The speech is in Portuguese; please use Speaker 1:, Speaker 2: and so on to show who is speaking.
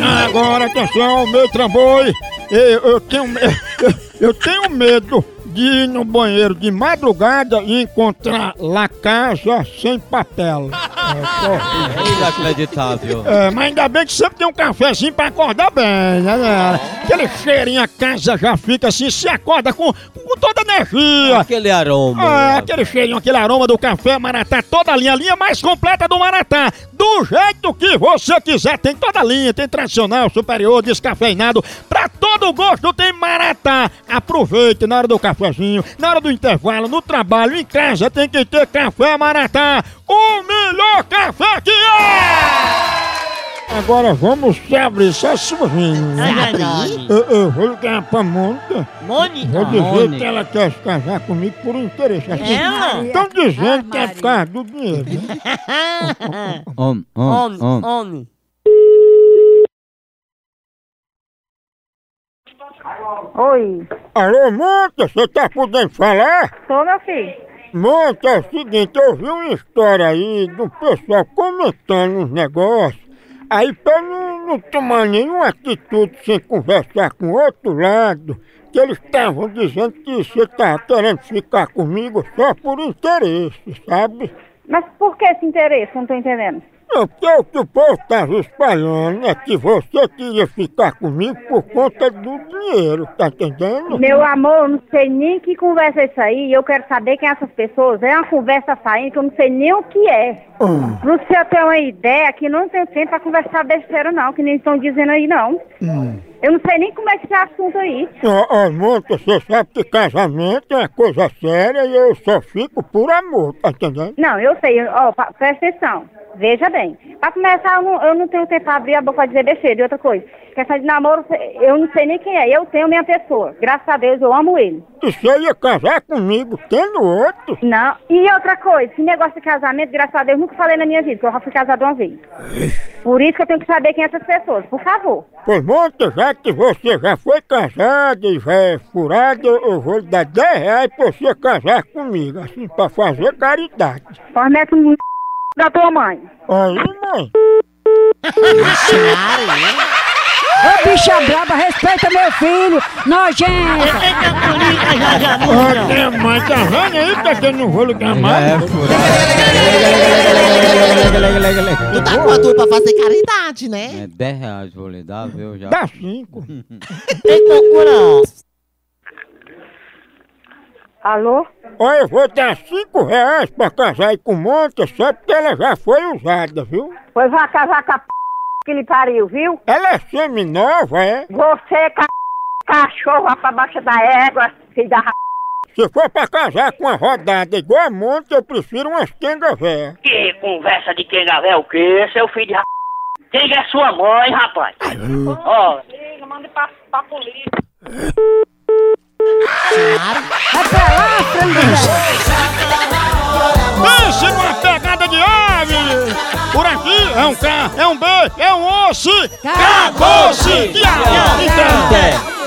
Speaker 1: Ah, Agora, atenção, meu tramboi. Eu, eu tenho, me- eu tenho medo de ir no banheiro de madrugada e encontrar lá casa sem papel.
Speaker 2: Inacreditável.
Speaker 1: É, mas ainda bem que sempre tem um cafezinho pra acordar bem, né, galera? Aquele cheirinho, a casa já fica assim, se acorda com, com toda energia.
Speaker 2: Aquele aroma.
Speaker 1: É, aquele cheirinho, aquele aroma do café Maratá, toda a linha, a linha mais completa do Maratá. Do jeito que você quiser, tem toda a linha, tem tradicional, superior, descafeinado, pra todo gosto tem Maratá. Aproveite na hora do cafezinho, na hora do intervalo, no trabalho, em casa, tem que ter café Maratá. O melhor café que é! Agora vamos se abrir, só sorrindo. Eu, eu vou ligar pra Mônica. Vou
Speaker 3: Mônica.
Speaker 1: dizer
Speaker 2: Mônica.
Speaker 1: que ela quer se casar comigo por interesse.
Speaker 3: Ela?
Speaker 1: Estão dizendo que é por causa do dinheiro. né?
Speaker 2: Om, om,
Speaker 3: Homem,
Speaker 2: om.
Speaker 3: homem.
Speaker 4: Oi,
Speaker 1: Alô, Monta, você tá podendo falar?
Speaker 4: sou meu filho.
Speaker 1: Monta, é o seguinte, eu vi uma história aí do pessoal comentando os negócios. Aí pra não, não tomar nenhuma atitude sem conversar com o outro lado, que eles estavam dizendo que você tá querendo ficar comigo só por interesse, sabe?
Speaker 4: Mas por que esse interesse? Não tô entendendo.
Speaker 1: Não, porque o que o povo estava espalhando é que você queria ficar comigo por conta do dinheiro, tá entendendo?
Speaker 4: Meu amor, eu não sei nem que conversa é isso aí. Eu quero saber quem é essas pessoas. É uma conversa saindo que eu não sei nem o que é.
Speaker 1: Hum.
Speaker 4: Não sei se eu tenho uma ideia que não tenho tempo pra conversar besteira, não, que nem estão dizendo aí, não. Eu não sei nem como é que esse assunto aí.
Speaker 1: Ó, ó, Monta, Ah, você sabe que casamento é coisa séria e eu só fico por amor, tá entendendo?
Speaker 4: Não, eu sei. Ó, pa- presta atenção. Veja bem. Pra começar, eu não, eu não tenho tempo pra abrir a boca pra dizer besteira e outra coisa. Questão de namoro, eu não sei nem quem é. Eu tenho minha pessoa. Graças a Deus, eu amo ele.
Speaker 1: E você ia casar comigo tendo outro?
Speaker 4: Não. E outra coisa, esse negócio de casamento, graças a Deus, nunca falei na minha vida, que eu já fui casada uma vez. Por isso que eu tenho que saber quem é essas pessoas, por favor.
Speaker 1: Pois, Monta, já que você já foi casada e já é furada, eu eu vou lhe dar 10 reais pra você casar comigo, assim, pra fazer caridade.
Speaker 4: Fornece um da tua mãe.
Speaker 1: Aí, mãe.
Speaker 5: Ô bicha braba, respeita meu filho! Nojento!
Speaker 3: Eita, bonita, Jajabunda.
Speaker 1: Até mais, tá vendo aí, tá que eu não vou ligar mais?
Speaker 2: É, furado.
Speaker 6: Tu tá com a tua pra fazer caridade, né?
Speaker 2: É 10 reais vou lhe dar, viu? Já.
Speaker 1: Dá cinco.
Speaker 3: Eita, loucura.
Speaker 4: Alô?
Speaker 1: Olha, eu vou dar cinco reais pra casar aí com Monta, só porque ela já foi usada, viu?
Speaker 4: Pois vai casar com a p... que ele pariu, viu?
Speaker 1: Ela é semi-nova, é?
Speaker 4: Você, ca... cachorro, vai pra baixo da égua, filho da ra-
Speaker 1: Se for pra casar com uma rodada igual a Monta, eu prefiro umas quenga véia.
Speaker 7: Que conversa de quem é o quê, seu filho de ra... Quem é sua mãe, rapaz? Ó,
Speaker 1: Pense numa pegada de ave! Por aqui é um K, é um B, é um osso! Acabou-se!
Speaker 2: Até.